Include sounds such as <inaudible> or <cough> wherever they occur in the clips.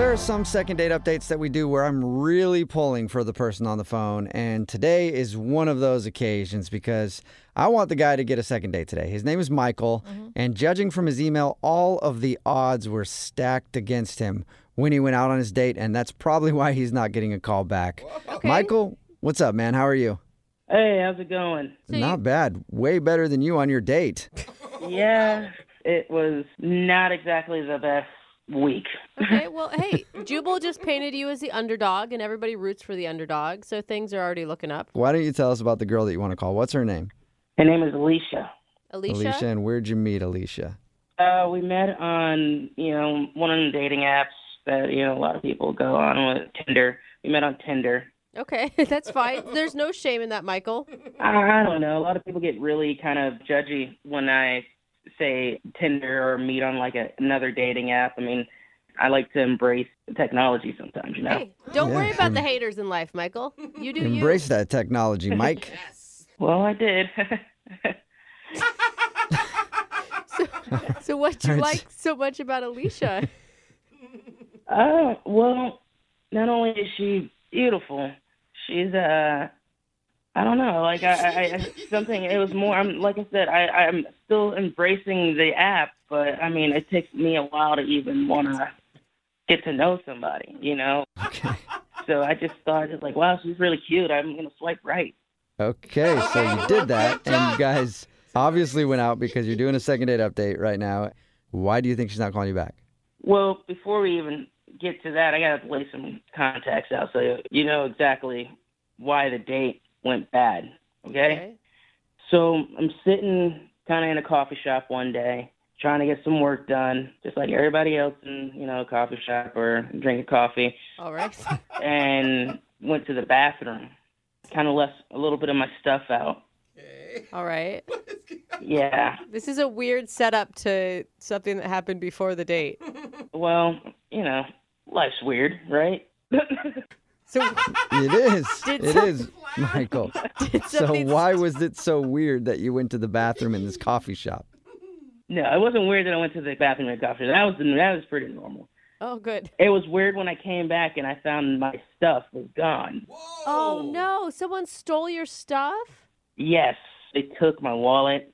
There are some second date updates that we do where I'm really pulling for the person on the phone, and today is one of those occasions because I want the guy to get a second date today. His name is Michael, Mm-hmm. and judging from his email, all of the odds were stacked against him when he went out on his date, and that's probably <laughs> why he's not getting a call back. Michael, what's up, man? How are you? Hey, how's it going? not bad. Way better than you on your <laughs> date. Yeah, it was not exactly the best week. <laughs> Okay, well, hey, Jubal just painted you as the underdog, and everybody roots for the underdog, so things are already looking up. Why don't you tell us about the girl that you want to call? What's her name? Her name is Alicia. Alicia, Alicia, and where'd you meet Alicia? Uh, we met on, you know, one of the dating apps that, you know, a lot of people go on with Tinder. We met on Tinder. okay, <laughs> that's fine. There's no shame in that, Michael. I, I don't know. A lot of people get really kind of judgy when I say Tinder or meet on like a, another dating app. I mean, I like to embrace technology sometimes, you know. Hey, don't Yeah, worry about em- the haters in life, Michael. You do Embrace that technology, <laughs> Mike. Well, I did. <laughs> you. <laughs> So what you Alright. like so much about Alicia? Oh, well, not only is she beautiful, she's uh I don't know, like I, I, I something it was more I'm like I said, I, I'm still embracing the app, but I mean it takes me a while to even wanna get to know somebody, you know? So I just thought it's like, wow, she's really cute. I'm gonna swipe right. <laughs> Okay, so you did that, and you guys obviously went out because you're doing a second date update right now. Why do you think she's not calling you back? Well, before we even get to that, I gotta lay some contacts out so you know exactly why the date went bad. okay. <laughs> So I'm sitting kind of in a coffee shop one day, trying to get some work done, just like everybody else in you know a coffee shop or drinking coffee, All right. and went to the bathroom. Kind of left a little bit of my stuff out. All right. Yeah. This is a weird setup to something that happened before the date. Well, you know, life's weird, right? <laughs> So <laughs> It is. Did it some- is, Michael. So something- why was it so weird that you went to the bathroom in this coffee shop? no, it wasn't weird that I went to the bathroom at the coffee shop. That was that was pretty normal. Oh good. It was weird when I came back and I found my stuff was gone. Oh no, someone stole your stuff? <gasps> Yes, they took my wallet.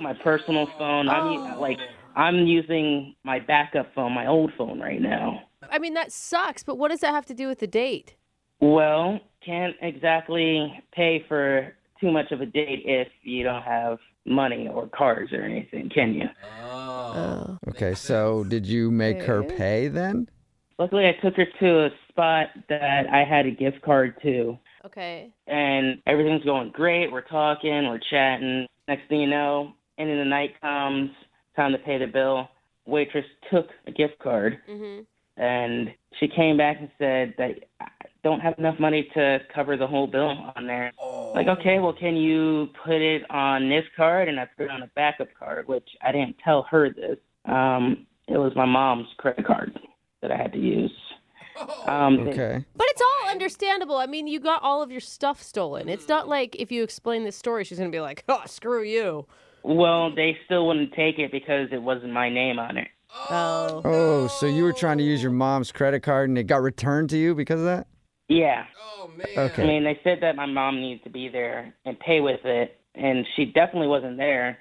my personal phone. I'm u- like I'm using my backup phone, my old phone right now. I mean, that sucks, but what does that have to do with the date? Well, can't exactly pay for too much of a date if you don't have money or cards or anything, can you? Oh. Okay, so did you make her Fair. pay then? Luckily, I took her to a spot that I had a gift card to, Okay. and everything's going great. We're talking, we're chatting. Next thing you know, and then the night comes, time to pay the bill. Waitress took a gift card. Mm-hmm. and she came back and said that I don't have enough money to cover the whole bill on there. Like, okay, well, can you put it on this card? And I put it on a backup card, which I didn't tell her this. Um, it was my mom's credit card that I had to use. Oh. Um, Okay. But it's all understandable. I mean, you got all of your stuff stolen. It's not like if you explain this story, she's going to be like, oh, screw you. Well, they still wouldn't take it because it wasn't my name on it. Oh. Oh, so you were trying to use your mom's credit card and it got returned to you because of <laughs> that? Yeah. Oh, I Okay. mean, they said that my mom needed to be there and pay with it, and she definitely <laughs> wasn't there.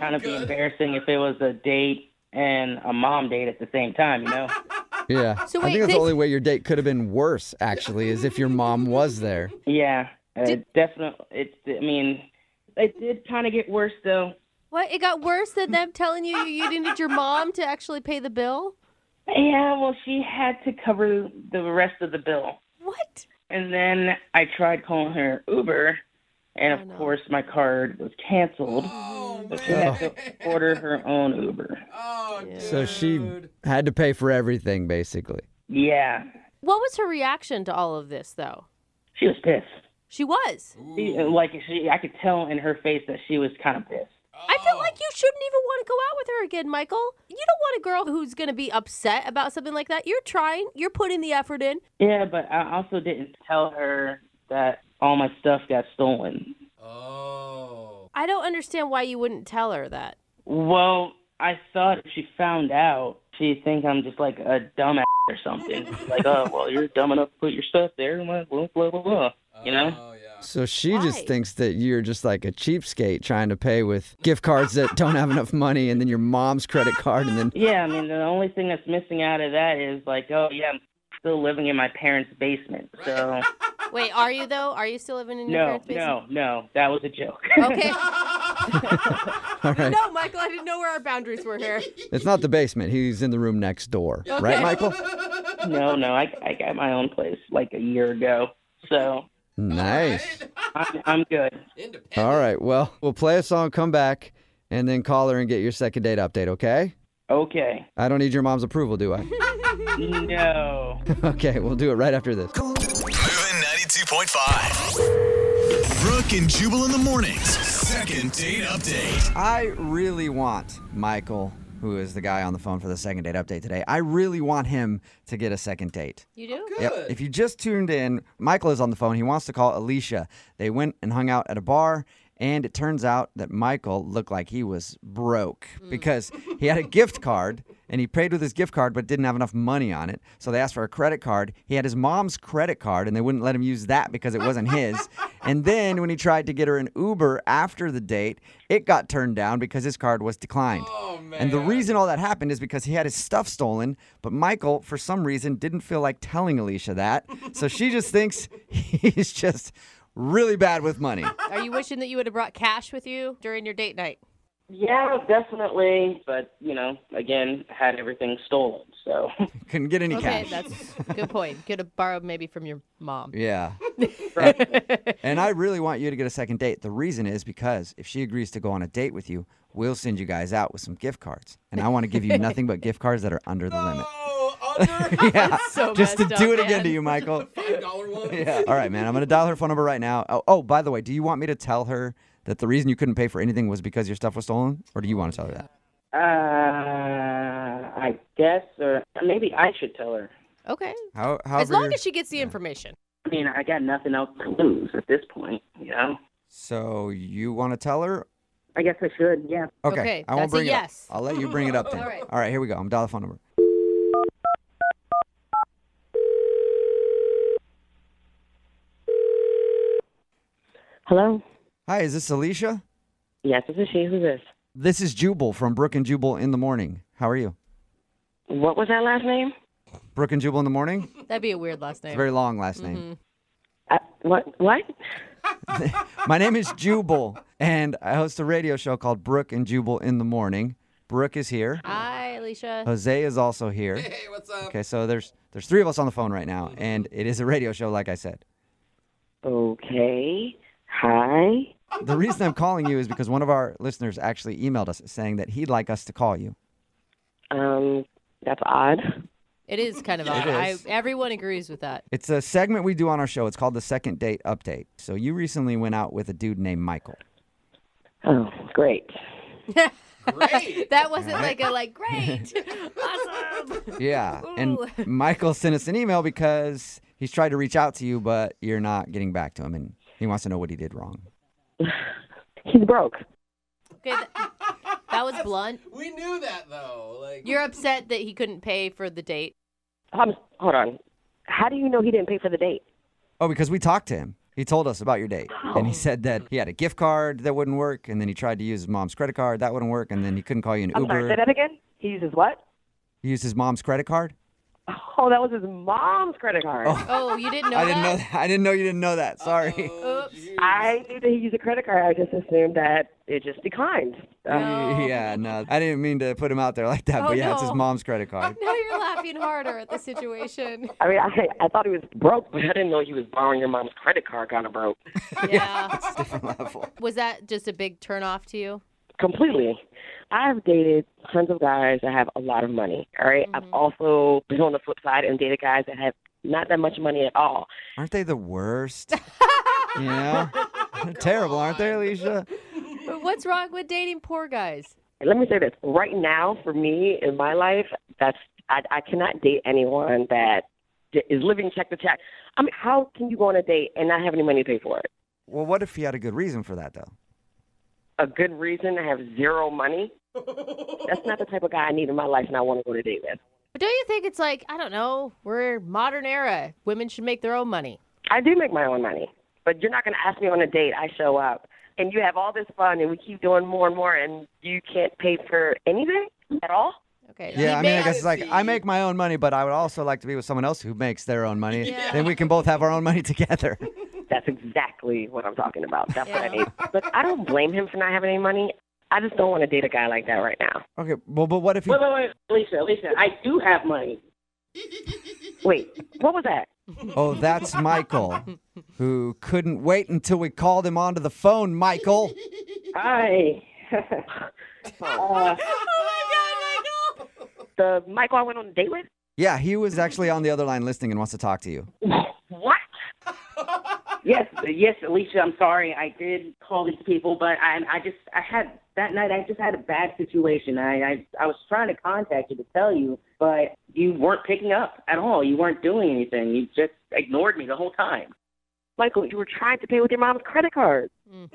kind of be embarrassing if it was a date and a mom date at the same time, you <laughs> know? Yeah. So I wait, think that's they- the only way your date could have been worse, actually, is if your mom was there. yeah, uh, definitely. It, I mean, it did kind of get worse though. What? It got worse than them telling you you needed your mom to actually pay the bill? Yeah, well, she had to cover the rest of the bill, What? and then I tried calling her Uber, and of Oh, no. Oh, course my card was canceled. so she had to order her own Uber. Oh, So she had to pay for everything, basically. Yeah, What was her reaction to all of this, though? she was pissed. She was. She, like she, I could tell in her face that she was kind of pissed. I feel like you shouldn't even want to go out with her again, Michael. You don't want a girl who's going to be upset about something like that. You're trying, you're putting the effort in. Yeah, but I also didn't tell her that all my stuff got stolen. Oh. I don't understand why you wouldn't tell her that. Well, I thought if she found out, she'd think I'm just like a dumbass or something. like, oh, well, you're dumb enough to put your stuff there. and Blah, blah, blah, blah, blah. You know? Oh yeah. So she Why? just thinks that you're just like a cheapskate trying to pay with gift cards that don't have enough money and then your mom's credit card and then Yeah, I mean, the only thing that's missing out of that is like, oh, yeah, I'm still living in my parents' basement. So, Wait, are you though? Are you still living in your no, parents' basement? no, no, that was a joke. Okay. <laughs> all right. No, Michael, I didn't know where our boundaries were here. It's not the basement. He's in the room next door. Right, Okay. Michael? <laughs> no, no, I, I got my own place like a year ago. So, Nice. I'm, I'm good. Independent. All right. Well, we'll play a song, come back, and then call her and get your second date update, okay? Okay. I don't need your mom's approval, do I? No. okay, we'll do it right after this. Moving 92.5. Brooke and Jubal in the mornings. Second date update. I really want Michael, who is the guy on the phone for the second date update today, I really want him to get a second date. <laughs> You do? Yep. If you just tuned in, Michael is on the phone. He wants to call Alicia. They went and hung out at a bar, and it turns out that Michael looked like he was broke because he had a gift card and he paid with his gift card but didn't have enough money on it. So they asked for a credit card. He had his mom's credit card and they wouldn't let him use that because it wasn't his. and then when he tried to get her an Uber after the date, it got turned down because his card was declined. Oh man. And the reason all that happened is because he had his stuff stolen, but Michael, for some reason, didn't feel like telling Alicia that. So <laughs> she just thinks he's just really bad with money. Are you wishing that you would have brought cash with you during your date night? Yeah, definitely. But, you know, again, had everything stolen. So, <laughs> Couldn't get any Okay, cash. <laughs> that's a good point. Could have borrowed maybe from your mom. <laughs> Yeah. right. And I really want you to get a second date. The reason is because if she agrees to go on a date with you, we'll send you guys out with some gift cards. And I want to <laughs> give you nothing but gift cards that are under the limit. Oh, under <laughs> <laughs> Yeah. so just to messed do up, it again man. to you, Michael. five dollar one. Yeah. All right, man. I'm gonna dial her phone number right now. Oh, oh, by the way, do you want me to tell her that the reason you couldn't pay for anything was because your stuff was stolen, or do you want to tell her that? uh, I guess, or maybe I should tell her. Okay. How? As However, long you're- as she gets the information. I mean, I got nothing else to lose at this point, you know? so you want to tell her? I guess I should, yeah. Okay. Okay, I won't that's a bring it yes. up. I'll let you bring it up then. All right. All right. Here we go. I'm dial the phone number. Hello? Hi, is this Alicia? Yes, this is she. Who's this? This is Jubal from Brook and Jubal in the morning. How are you? What was that last name? Brook and Jubal in the morning. That'd be a weird last It's a name. very long last name. Mm-hmm. Uh, what? What? My name is Jubal, and I host a radio show called Brook and Jubal in the morning. Brooke is here. Hi, Alicia. Jose is also here. Hey, what's up? Okay, so there's there's three of us on the phone right now, and it is a radio show, like I said. Okay. Hi. The reason I'm calling you is because one of our listeners actually emailed us saying that he'd like us to call you. Um, that's odd. It is <laughs> kind of odd. I, is. everyone agrees with that. It's a segment we do on our show. It's called the Second Date Update. So you recently went out with a dude named Michael. Oh, great. Great. That wasn't like a like <laughs> great, <laughs> awesome. Yeah, and Ooh. <laughs> Michael sent us an email because he's tried to reach out to you, but you're not getting back to him, and he wants to know what he did wrong. He's broke. Okay, th- that was blunt. we knew that though. Like You're upset that he couldn't pay for the date. Hold, Um, hold on. How do you know he didn't pay for the date? Oh, because we talked to him. He told us about your date. And he said that he had a gift card that wouldn't work, and then he tried to use his mom's credit card. That wouldn't work, and then he couldn't call you an I'm Uber. sorry, say that again? He uses what? He used his mom's credit card. Oh, that was his mom's credit card. Oh, you didn't <laughs> know I that? didn't know. That. I didn't know you didn't know that. Sorry. oh, Oops. <laughs> geez. I knew that he used a credit card. I just assumed that it just declined. Uh, No. <laughs> Yeah, Oh. no, I didn't mean to put him out there like that. Oh, but yeah, it's his no. mom's credit card. Now you're laughing harder at <laughs> the situation. I mean, <laughs> I, I thought he was broke. I didn't know he was borrowing your mom's credit card. Kind of broke. Yeah. <laughs> Different level. Was that just a big turnoff to you? Completely. I've dated tons of guys that have a lot of money. All right? I've also been on the flip side and dated guys that have not that much money at all. Aren't they the <laughs> worst? you know, <laughs> terrible, aren't they, Alicia? But what's wrong with dating poor guys? let me say this right now for me in my life that's i, I cannot date anyone that d- is living check to check i mean how can you go on a date and not have any money to pay for it Well, what if he had a good reason for that though? a good reason to have zero money that's not the type of guy i need in my life and i want to go on a date with But don't you think it's like, I don't know, we're modern era. Women should make their own money. I do make my own money, but you're not going to ask me on a date. I show up, and you have all this fun, and we keep doing more and more, and you can't pay for anything at all. Okay. Yeah, we I mean, I make- guess it's like I make my own money, but I would also like to be with someone else who makes their own money. Then we can both have our own money together. <laughs> That's exactly what I'm talking about. That's what I need. But I don't blame him for not having any money. I just don't want to date a guy like that right now. Okay, well, but what if you? Wait, wait, wait, Lisa, Lisa, I do have money. Wait, what was that? Oh, that's Michael, who couldn't wait until we called him onto the phone. Michael, <laughs> Hi. Uh, The Michael I went on a date with? yeah, he was actually on the other line listening and wants to talk to you. <laughs> What? yes, yes, Alicia, I'm sorry. I did call these people, but I, I just, I had, that night I just had a bad situation. I, I, I was trying to contact you to tell you, but you weren't picking up at all. You weren't doing anything. You just ignored me the whole time. Michael, you were trying to pay with your mom's credit card. <laughs>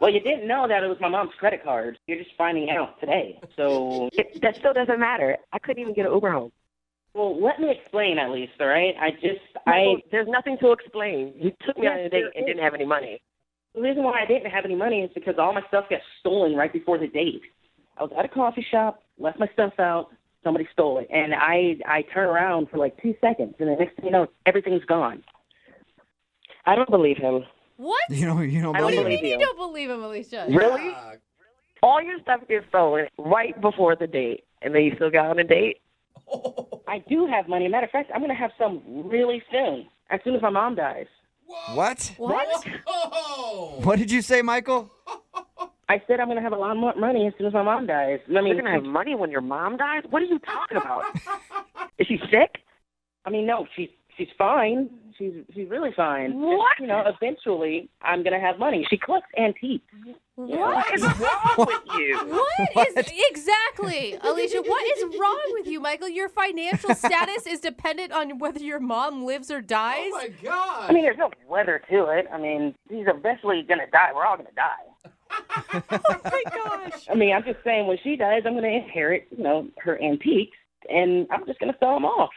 Well, you didn't know that it was my mom's credit card. You're just finding out today. So <laughs> It, that still doesn't matter. I couldn't even get an Uber home. Well, let me explain at least, all right? I just, I, Michael, there's nothing to explain. You took me Yes, on there a date and is. didn't have any money. the reason why I didn't have any money is because all my stuff got stolen right before the date. I was at a coffee shop, left my stuff out, somebody stole it, and I, I turn around for like two seconds, and the next thing you know, everything's gone. I don't believe him. What? You know, you don't I don't believe <laughs> believe it. You you. don't believe him, Alicia. Really? All your stuff gets stolen right before the date, and then you still got on a date? I do have money. Matter of fact, I'm going to have some really soon, as soon as my mom dies. What? What? Oh. What did you say, Michael? I said I'm going to have a lot more money as soon as my mom dies. I You're mean, going to have money when your mom dies? What are you <laughs> talking about? Is she sick? I mean, no, she's she's fine. She's she's really fine. What? You know, eventually I'm gonna have money. She collects antiques. What? What is wrong with you? What is exactly, Alicia? What is wrong with you, Michael? Your financial status is dependent on whether your mom lives or dies. Oh my god. I mean, there's no weather to it. I mean, she's eventually gonna die. We're all gonna die. gosh! I mean, I'm just saying, when she dies, I'm gonna inherit, you know, her antiques, and I'm just gonna sell them off.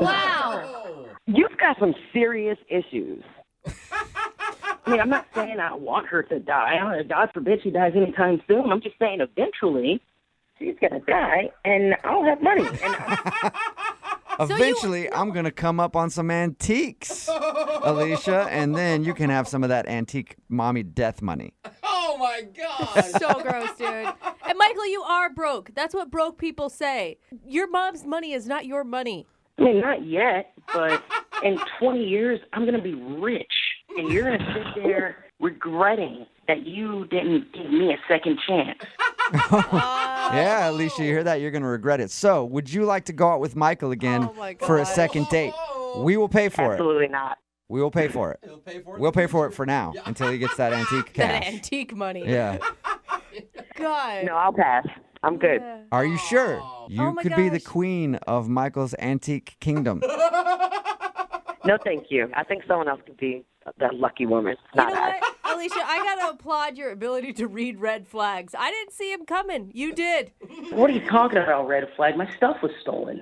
Wow! Oh. You've got some serious issues. I mean, I'm not saying I want her to die. I don't, God forbid she dies anytime soon. I'm just saying, eventually, she's gonna die, and I'll have money. And Eventually, I'm gonna come up on some <laughs> antiques, Alicia, and then you can have some of that antique mommy death <laughs> money. <laughs> Oh my <laughs> <laughs> god. So gross, dude. And Michael, you are broke. That's what broke people say. Your mom's money is not your money. I mean, not yet, but in 20 years, I'm going to be rich. And you're going to sit there regretting that you didn't give me a second chance. Yeah, Alicia, you hear that? You're going to regret it. So, would you like to go out with Michael again Oh my for a God. second date? We will pay for it. Absolutely not. We will pay for it. He'll pay for it. We'll pay for it for now until he gets that <laughs> antique That cash. antique money. Yeah. God. No, I'll pass. I'm good. Are you sure? You Oh my could be the gosh. queen of Michael's antique kingdom. No, thank you. I think someone else could be that lucky woman. You Not know I. what, <laughs> Alicia? I gotta applaud your ability to read red flags. I didn't see him coming. You did. What are you talking about, Red Flag? My stuff was stolen.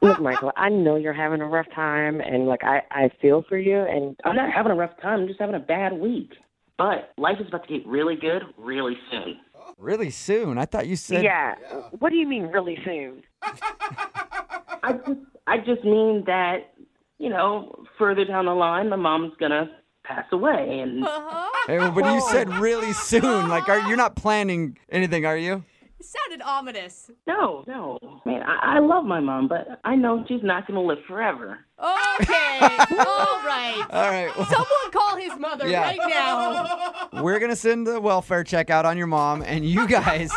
Look, Michael, I know you're having a rough time, and like I, I feel for you, and I'm not having a rough time. I'm just having a bad week. But life is about to get really good really soon. really soon. I thought you said yeah. What do you mean, really soon? <laughs> I just, I just mean that, you know, further down the line, my mom's going to pass away. And Uh-huh. Hey, well, <laughs> but you said really soon. Like are you're not planning anything, are you? It sounded ominous. no, no. Man, I, I love my mom, but I know she's not going to live forever. Okay. <laughs> All right. All right. well, Someone call his mother Yeah. right now. we're going to send the welfare check out on your mom and you guys.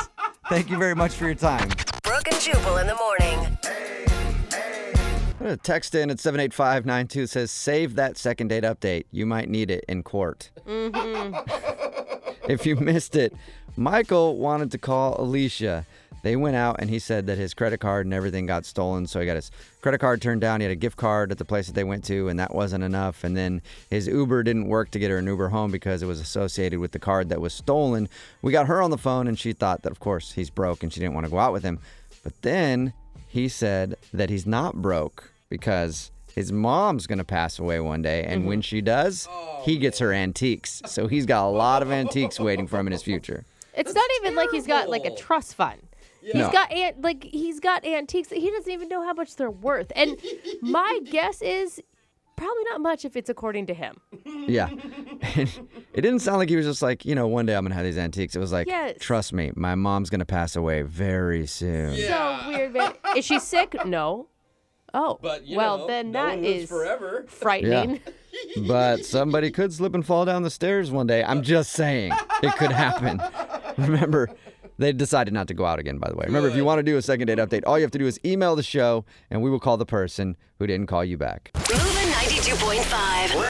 Thank you very much for your time. Brooke and Jubal in the morning. I'm gonna Text in at 78592 says, save that second date update. You might need it in court. <laughs> if you missed it, Michael wanted to call Alicia. They went out and he said that his credit card and everything got stolen. So he got his credit card turned down. He had a gift card at the place that they went to, and that wasn't enough. And then his Uber didn't work to get her an Uber home because it was associated with the card that was stolen. We got her on the phone and she thought that, of course, he's broke and she didn't want to go out with him. But then he said that he's not broke because his mom's going to pass away one day. And when she does, he gets her antiques. So he's got a lot of antiques waiting for him in his future. It's not even like he's got like a terrible. trust fund. He's No. got ant like he's got antiques that he doesn't even know how much they're worth. And my <laughs> guess is probably not much if it's according to him. Yeah. <laughs> it didn't sound like he was just like, you know, one day I'm going to have these antiques. It was like, Yes. trust me, my mom's going to pass away very soon. Yeah. So weird, man. Is she sick? No. Oh. But you well, know, then no that one lives is forever. frightening. But somebody could slip and fall down the stairs one day. I'm just saying, it could happen. <laughs> Remember, they decided not to go out again, by the way. Remember, if you want to do a second date update, all you have to do is email the show and we will call the person who didn't call you back. Moving 92.5.